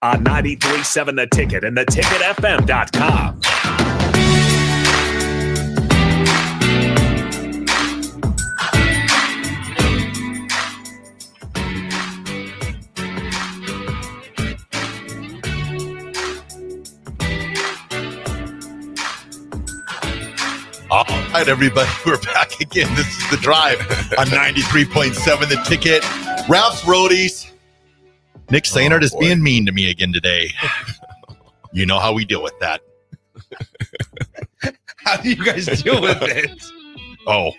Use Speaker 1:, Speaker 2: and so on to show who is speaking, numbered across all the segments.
Speaker 1: on 93.7 The Ticket and theticketfm.com.
Speaker 2: All right, everybody, we're back again. This is the drive on 93.7 The Ticket. Ralph's Roadies. Nick
Speaker 3: Oh,
Speaker 2: Sainert is
Speaker 4: boy.
Speaker 2: being mean to me again today. you know how we deal with that.
Speaker 4: How do you guys deal with it?
Speaker 2: Oh,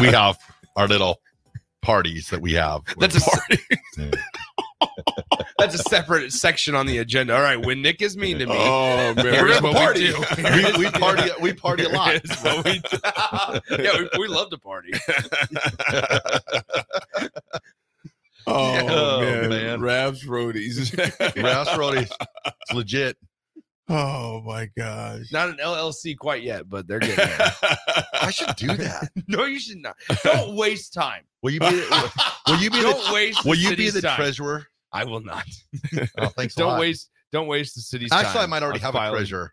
Speaker 2: we have our little parties that we have.
Speaker 4: That's a party. That's a separate section on the agenda. All right, when Nick is mean to me,
Speaker 2: Oh, man.
Speaker 4: here's what
Speaker 2: party.
Speaker 4: we do.
Speaker 2: We, we party. We party a lot.
Speaker 4: Here's what we do. yeah, we, we love to party.
Speaker 3: Oh,
Speaker 2: Oh,
Speaker 3: man.
Speaker 2: man.
Speaker 3: Rav's roadies.
Speaker 2: Ralph's Roadies. It's legit.
Speaker 3: oh my gosh.
Speaker 4: Not an LLC quite yet, but they're getting there.
Speaker 2: I should do that.
Speaker 4: No, you should not. Don't waste time.
Speaker 2: Will you be? Will you be
Speaker 4: Don't
Speaker 2: the?
Speaker 4: waste.
Speaker 2: Will
Speaker 4: the
Speaker 2: you be
Speaker 4: city's
Speaker 2: the
Speaker 4: time.
Speaker 2: treasurer?
Speaker 4: I will not.
Speaker 2: Oh, thanks. a
Speaker 4: Don't
Speaker 2: lot.
Speaker 4: waste. Don't waste the city's time.
Speaker 2: Actually, I might already
Speaker 4: on
Speaker 2: have a
Speaker 4: filing-
Speaker 2: treasurer.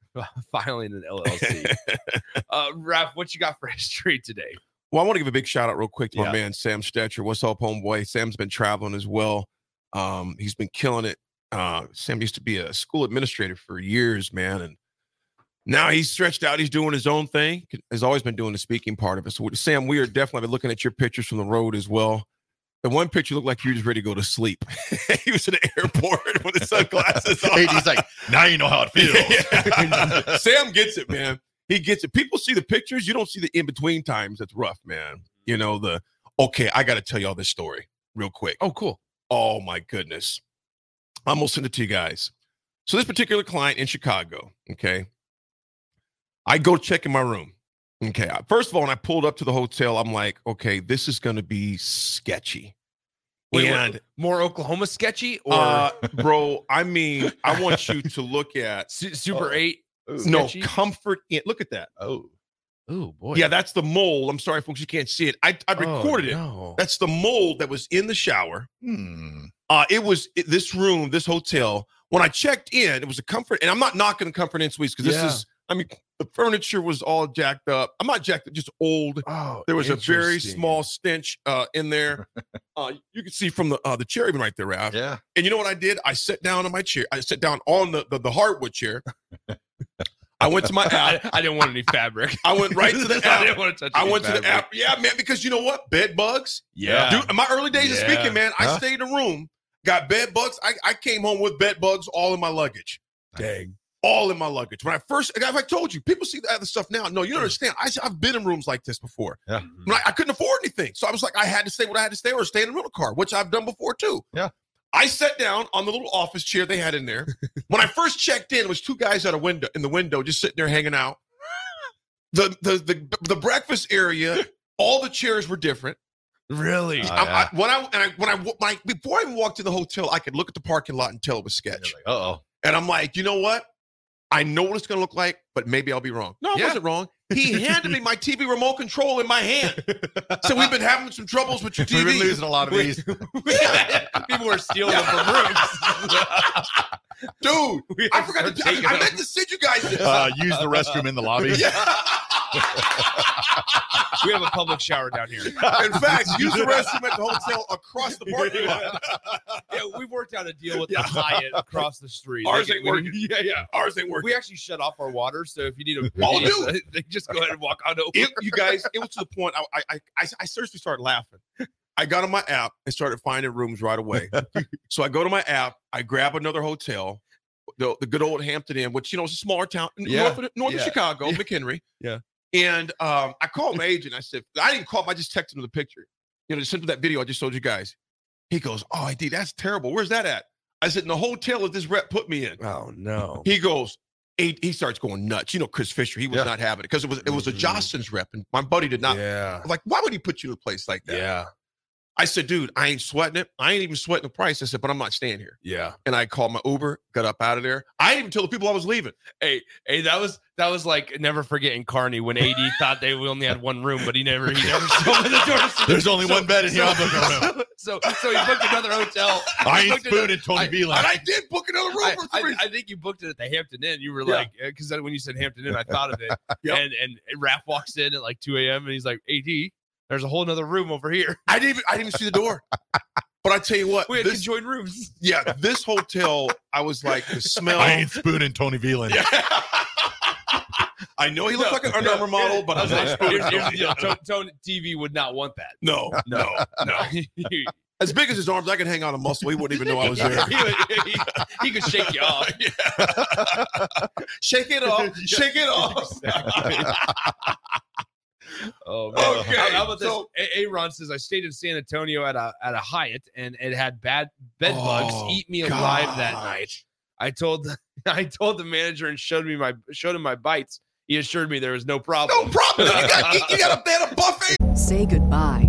Speaker 4: Filing an LLC. uh, Raph, what you got for history today?
Speaker 3: Well, I want to give a big shout out real quick to my
Speaker 4: Yeah.
Speaker 3: man Sam Stetcher. What's up, homeboy? Sam's been traveling as well. Um, he's been killing it. Uh, Sam used to be a school administrator for years, man, and now he's stretched out. He's doing his own thing. Has always been doing the speaking part of it. So, Sam, we are definitely been looking at your pictures from the road as well. The one picture looked like you were just ready to go to sleep. he was in the airport with his sunglasses on.
Speaker 2: Hey, he's like, now you know how it feels.
Speaker 3: Yeah. Sam gets it, man. He gets it. People see the pictures. You don't see the in between times. That's rough, man. You know, the okay, I got to tell y'all this story real quick.
Speaker 4: Oh, cool.
Speaker 3: Oh, my goodness. I'm going to send it to you guys. So, this particular client in Chicago, okay, I go check in my room. Okay. I- First of all, when I pulled up to the hotel, I'm like, okay, this is going to be sketchy.
Speaker 4: Wait, wait,
Speaker 3: and,
Speaker 4: More Oklahoma sketchy or
Speaker 3: uh, bro, I mean, I want you to look at
Speaker 4: Su- Super
Speaker 2: oh.
Speaker 4: Eight?
Speaker 3: no
Speaker 4: Sketchy?
Speaker 3: comfort in. Look at that.
Speaker 2: Oh,
Speaker 4: Oh boy. Oh,
Speaker 3: Yeah, that's the mold. I'm sorry, folks, you can't see it. I, I recorded it. That's the mold that was in the shower.
Speaker 2: hmm.
Speaker 3: Uh, it was i- this room, this hotel. When I checked in, it was a comfort, and I'm not knocking the comfort in suites because
Speaker 4: Yeah.
Speaker 3: this is. I mean, the furniture was all jacked up. I'm not jacked up, just old.
Speaker 4: Oh,
Speaker 3: There was a very
Speaker 4: interesting.
Speaker 3: small stench uh, in there. uh, you can see from the uh, the chair even right there, Ralph.
Speaker 2: Yeah.
Speaker 3: And you know what I did? I sat down on my chair. I sat down on the the, the hardwood chair. I went to my app.
Speaker 4: I, I didn't want any fabric.
Speaker 3: I went right to the
Speaker 4: I
Speaker 3: app.
Speaker 4: didn't want to touch.
Speaker 3: I
Speaker 4: any
Speaker 3: went to the
Speaker 4: fabric.
Speaker 3: app. Yeah, man, because you know what? Bed bugs.
Speaker 4: Yeah.
Speaker 3: Dude, in my early days of
Speaker 4: Yeah.
Speaker 3: speaking, man, I
Speaker 2: Huh?
Speaker 3: stayed in the room, got bed bugs. I, I came home with bed bugs all in my luggage.
Speaker 4: Dang.
Speaker 3: All in my luggage. When I first, like I told you, people see the other stuff now. No, you don't understand. I, I've been in rooms like this before.
Speaker 2: Yeah.
Speaker 3: When I, I couldn't afford anything. So I was like, I had to stay what I had to stay or stay in a rental car, which I've done before too.
Speaker 2: Yeah.
Speaker 3: I sat down on the little office chair they had in there. when I first checked in, it was two guys at a window in the window just sitting there hanging out. The the the, the breakfast area, all the chairs were different.
Speaker 4: Really?
Speaker 2: Uh,
Speaker 3: I,
Speaker 2: yeah.
Speaker 3: I, when I and I when I when I before I even walked to the hotel, I could look at the parking lot and tell it was sketch.
Speaker 2: oh.
Speaker 3: And I'm like, you know what? I know what it's gonna look like, but maybe I'll be wrong. No, I
Speaker 4: Yeah.
Speaker 3: wasn't wrong. He handed me my TV remote control in my hand. So we've been having some troubles with your
Speaker 2: We've been
Speaker 3: TV.
Speaker 2: losing a lot of these.
Speaker 4: People were stealing them from rooms.
Speaker 3: Dude,
Speaker 4: We
Speaker 3: I
Speaker 4: had to
Speaker 3: forgot to
Speaker 4: start
Speaker 3: I,
Speaker 4: taking
Speaker 3: I meant
Speaker 4: them.
Speaker 3: to send you guys this.
Speaker 2: Uh, use the restroom in the lobby.
Speaker 4: We have a public shower down here.
Speaker 3: In fact, use the restroom at the hotel across the parking lot.
Speaker 4: Yeah, we worked out a deal with the Hyatt across the street.
Speaker 3: Ours
Speaker 4: They-
Speaker 3: ain't
Speaker 4: we-
Speaker 3: working.
Speaker 4: Yeah, yeah.
Speaker 3: Ours ain't working.
Speaker 4: We actually shut off our water, so if you need a,
Speaker 3: Oh,
Speaker 4: dude. they just go ahead and walk on over.
Speaker 3: it, you guys, it was to the point I, I I I seriously started laughing. I got on my app and started finding rooms right away. so I go to my app, I grab another hotel, the, the good old Hampton Inn, which you know is a smaller town n-
Speaker 4: Yeah,
Speaker 3: north, of, north
Speaker 4: yeah,
Speaker 3: of Chicago, McHenry.
Speaker 4: yeah.
Speaker 3: And um, I called my agent. I said I didn't call him. I just texted him the picture. You know, just sent him that video I just showed you guys. He goes, Oh, I did. That's terrible. Where's that at? I said, In the hotel that this rep put me in.
Speaker 4: Oh no.
Speaker 3: He goes, he, he starts going nuts. You know, Chris Fisher, he was
Speaker 2: Yeah.
Speaker 3: not having it because it was it was a
Speaker 4: Mhm.
Speaker 3: Johnson's rep, and my buddy did not.
Speaker 4: yeah.
Speaker 3: I'm Like, why would he put you in a place like that?
Speaker 4: Yeah.
Speaker 3: I said, dude, I ain't sweating it. I ain't even sweating the price. I said, but I'm not staying here.
Speaker 4: Yeah.
Speaker 3: And I called my Uber, got up out of there. I didn't even tell the people I was leaving.
Speaker 4: Hey, hey, that was that was like never forgetting Carney when AD thought they only had one room, but he never he never opened the door. to-
Speaker 2: There's only one bed in here. I'm looking around.
Speaker 4: so, so so he booked another hotel.
Speaker 2: I
Speaker 4: He
Speaker 2: ain't
Speaker 4: booked another-
Speaker 2: spooning Tony
Speaker 4: I-
Speaker 2: Vila.
Speaker 3: And I did book another room
Speaker 4: I,
Speaker 3: for
Speaker 4: I-
Speaker 3: three.
Speaker 4: I think you booked it at the Hampton Inn. You were
Speaker 3: Yeah.
Speaker 4: like, because when you said Hampton Inn, I thought of it.
Speaker 3: Yep.
Speaker 4: And and Raph walks in at like 2 a.m. and he's like, AD, there's a whole nother room over here.
Speaker 3: I didn't even I didn't even see the door. But I tell you what,
Speaker 4: We had
Speaker 3: this,
Speaker 4: conjoined rooms.
Speaker 3: yeah, this hotel, I was like the smell.
Speaker 2: I ain't spooning Tony Vila.
Speaker 3: Yeah. I know he looked
Speaker 4: No.
Speaker 3: like an Under Armour model, but I was like,
Speaker 4: Here's- here's the deal. Tone, Tone TV would not want that.
Speaker 3: no, no, no.
Speaker 4: he,
Speaker 3: As big as his arms, I could hang on a muscle. He wouldn't even know I was there.
Speaker 4: would- he- he could shake you off.
Speaker 3: Shake it off. Shake it off.
Speaker 4: Oh, man.
Speaker 3: Okay,
Speaker 4: How- How about this?
Speaker 3: so-
Speaker 4: A- Aaron says I stayed in San Antonio at a at a Hyatt and it had bad bed bugs
Speaker 3: Oh,
Speaker 4: eat me alive that
Speaker 3: gosh.
Speaker 4: night. I told the, I told the manager and showed me my showed him my bites. He assured me there was no
Speaker 3: No
Speaker 4: problem.
Speaker 3: problem. You got, you got a bed, a buffet.
Speaker 5: Say goodbye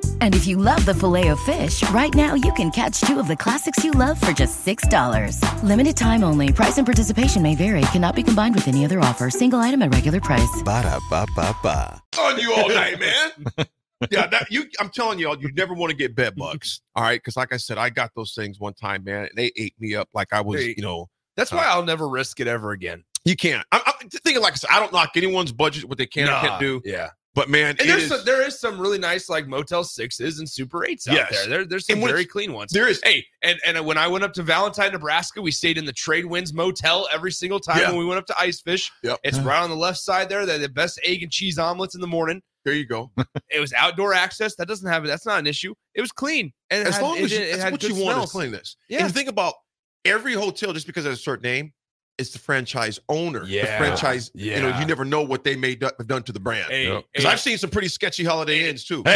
Speaker 5: And if you love the filet of fish, right now you can catch two of the classics you love for just $6. Limited time only. Price and participation may vary. Cannot be combined with any other offer. Single item at regular price.
Speaker 6: Ba-da-ba-ba-ba.
Speaker 3: on you all night, man. Yeah, that you. I'm telling y'all, you never want to get bed bugs. All right, because like I said, I got those things one time, man, and they ate me up like I was.
Speaker 4: Hey.
Speaker 3: You know,
Speaker 4: That's why I'll never risk it ever again.
Speaker 3: you can't. I'm, I'm thinking like I said, I don't knock anyone's budget what they can and
Speaker 4: Nah,
Speaker 3: can't do,
Speaker 4: Yeah.
Speaker 3: but man,
Speaker 4: And
Speaker 3: it
Speaker 4: there's
Speaker 3: is-
Speaker 4: some, there is some really nice like Motel Sixes and Super Eights out
Speaker 3: Yes.
Speaker 4: there. there. There's some
Speaker 3: And when
Speaker 4: very
Speaker 3: it's-
Speaker 4: clean ones.
Speaker 3: there is.
Speaker 4: Hey, and and when I went up to Valentine, Nebraska, we stayed in the Trade Winds Motel every single time
Speaker 3: Yeah.
Speaker 4: when we went up to Ice Fish.
Speaker 3: Yep.
Speaker 4: It's right on the left side there. They're the best egg and cheese omelets in the morning.
Speaker 3: There you go.
Speaker 4: It was outdoor access. That doesn't have that's not an issue. It was clean. And it
Speaker 3: As
Speaker 4: had-
Speaker 3: long
Speaker 4: it
Speaker 3: as you,
Speaker 4: did- it
Speaker 3: that's
Speaker 4: had
Speaker 3: what
Speaker 4: good
Speaker 3: you want is
Speaker 4: smells.
Speaker 3: cleanness.
Speaker 4: Yeah.
Speaker 3: And think about every hotel just because it has a certain name, it's the franchise owner.
Speaker 4: Yeah.
Speaker 3: The franchise. You know,
Speaker 4: Yeah.
Speaker 3: you never know what they may do, have done to the brand.
Speaker 4: Hey, hey.
Speaker 3: Because I've seen some pretty sketchy Holiday
Speaker 4: Hey.
Speaker 3: Inns too.
Speaker 4: The-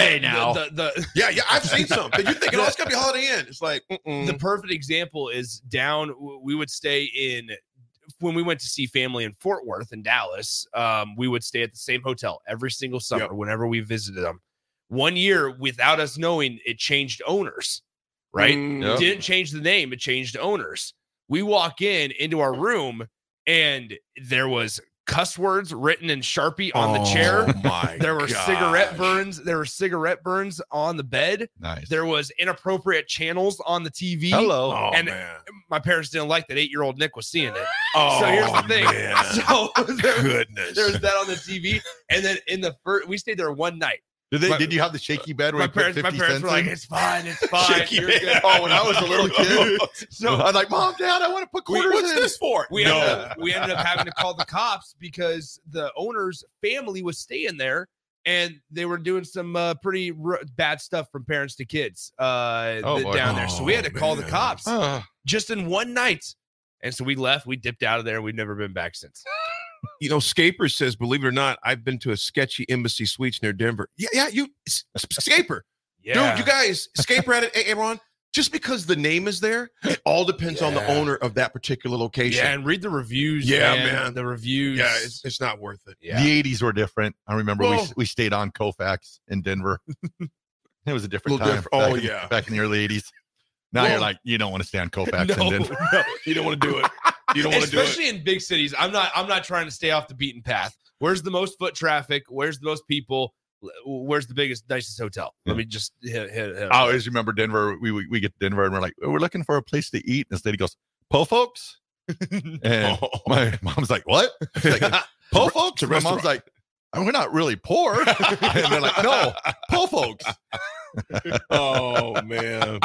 Speaker 4: the, the,
Speaker 3: Yeah, yeah, I've seen some. But you're thinking, oh, it's gonna be Holiday Inn. It's like, mm-mm.
Speaker 4: the perfect example is down w- we would stay in when we went to see family in Fort Worth in Dallas, um, we would stay at the same hotel every single summer
Speaker 3: Yep.
Speaker 4: whenever we visited them. One year, without us knowing, it changed owners, right?
Speaker 3: Mm.
Speaker 4: Didn't change the name, it changed owners. We walk in into our room and there was cuss words written in Sharpie on the chair.
Speaker 3: Oh my
Speaker 4: There were
Speaker 3: gosh.
Speaker 4: cigarette burns. There were cigarette burns on the bed.
Speaker 2: Nice.
Speaker 4: There was inappropriate channels on the TV
Speaker 3: Oh,
Speaker 4: and
Speaker 3: man.
Speaker 4: my parents didn't like that eight year old Nick was seeing it.
Speaker 3: Oh,
Speaker 4: so here's the thing.
Speaker 3: man.
Speaker 4: So there,
Speaker 3: goodness.
Speaker 4: there was that on the TV. And then in the first, we stayed there one night.
Speaker 2: Did, they,
Speaker 4: my-
Speaker 2: did you have the shaky bed where
Speaker 4: My
Speaker 2: you put
Speaker 4: parents,
Speaker 2: 50
Speaker 4: my parents
Speaker 2: cents
Speaker 4: were like,
Speaker 2: in?
Speaker 4: it's fine, it's fine.
Speaker 3: Shaky
Speaker 4: you're
Speaker 3: hand.
Speaker 4: good."
Speaker 2: Oh, when I was a little kid,
Speaker 4: So-
Speaker 2: I was like, Mom, Dad, I want to put
Speaker 3: Wait,
Speaker 2: quarters
Speaker 3: what's
Speaker 2: in.
Speaker 3: this for?
Speaker 4: we,
Speaker 2: No.
Speaker 4: ended up, we ended up having to call the cops because the owner's family was staying there and they were doing some uh, pretty r- bad stuff from parents to kids uh,
Speaker 2: Oh,
Speaker 4: th-
Speaker 2: boy.
Speaker 4: down there. So we had to call the
Speaker 3: Oh,
Speaker 4: cops
Speaker 2: Ah.
Speaker 4: just in one night. And so we left, we dipped out of there. We've never been back since.
Speaker 3: you know, Scaper says, believe it or not, I've been to a sketchy embassy suites near Denver. Yeah, yeah, you, S- S- Scaper, dude, you guys, Scaper had it, Aaron. Just because the name is there, it all depends on the
Speaker 4: Yeah.
Speaker 3: owner of that particular location.
Speaker 4: Yeah,
Speaker 3: Yeah,
Speaker 4: and read the reviews.
Speaker 3: Yeah,
Speaker 4: man.
Speaker 3: man.
Speaker 4: The reviews.
Speaker 3: it's, it's not worth it.
Speaker 4: yeah.
Speaker 2: The 80s were different. I remember
Speaker 3: Well-
Speaker 2: we, we stayed on Kofax in Denver. it was a different
Speaker 3: Little
Speaker 2: time.
Speaker 3: different- oh,
Speaker 2: back in-
Speaker 3: yeah.
Speaker 2: Back in the early 80s. Now
Speaker 3: Well-
Speaker 2: you're like, you don't want to stay on Kofax
Speaker 4: No,
Speaker 2: in Denver.
Speaker 4: no.
Speaker 3: You don't want to do it. You don't want to do it.
Speaker 4: Especially in big cities. I'm not I'm not trying to stay off the beaten path. Where's the most foot traffic? Where's the most people? where's the biggest, nicest hotel? Let me just hit, hit, hit
Speaker 2: I always remember Denver. We, we we get to Denver and we're like, "Oh, we're looking for a place to eat. And this lady goes, Po folks? And
Speaker 3: Oh.
Speaker 2: my mom's like, What? She's like, Po folks? And my mom's like, We're not really poor. and they're like, No, Po folks.
Speaker 3: oh man.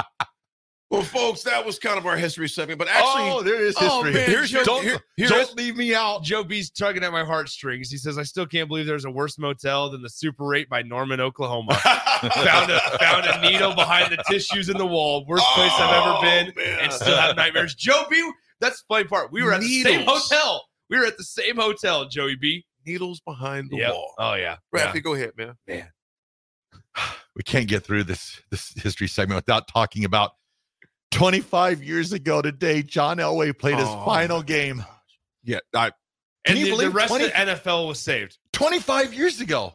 Speaker 3: Well, folks, that was kind of our history segment, but actually,
Speaker 2: oh, there is history.
Speaker 3: Oh, man,
Speaker 2: Here's your-
Speaker 3: don't-
Speaker 2: here-
Speaker 3: here-
Speaker 2: don't leave me out.
Speaker 4: Joe B's tugging at my heartstrings. He says, I still can't believe there's a worse motel than the Super 8 by Norman, Oklahoma. found, a, found a needle behind the tissues in the wall. Worst place
Speaker 3: Oh,
Speaker 4: I've ever been. And still have nightmares. Joe B, that's the funny part. We were at the same
Speaker 3: Needles.
Speaker 4: hotel. We were at the same hotel, Joey B.
Speaker 3: needles behind the
Speaker 4: Yep.
Speaker 3: wall.
Speaker 4: Oh, yeah.
Speaker 3: Rafi, go ahead, man.
Speaker 2: we can't get through this this history segment without talking about 25 years ago today, John Elway played his
Speaker 3: Oh,
Speaker 2: final game.
Speaker 3: Yeah, I,
Speaker 2: Can
Speaker 4: And
Speaker 2: you
Speaker 4: the, the
Speaker 2: believe
Speaker 4: rest
Speaker 2: 20
Speaker 4: of the NFL was saved.
Speaker 2: 25 years ago.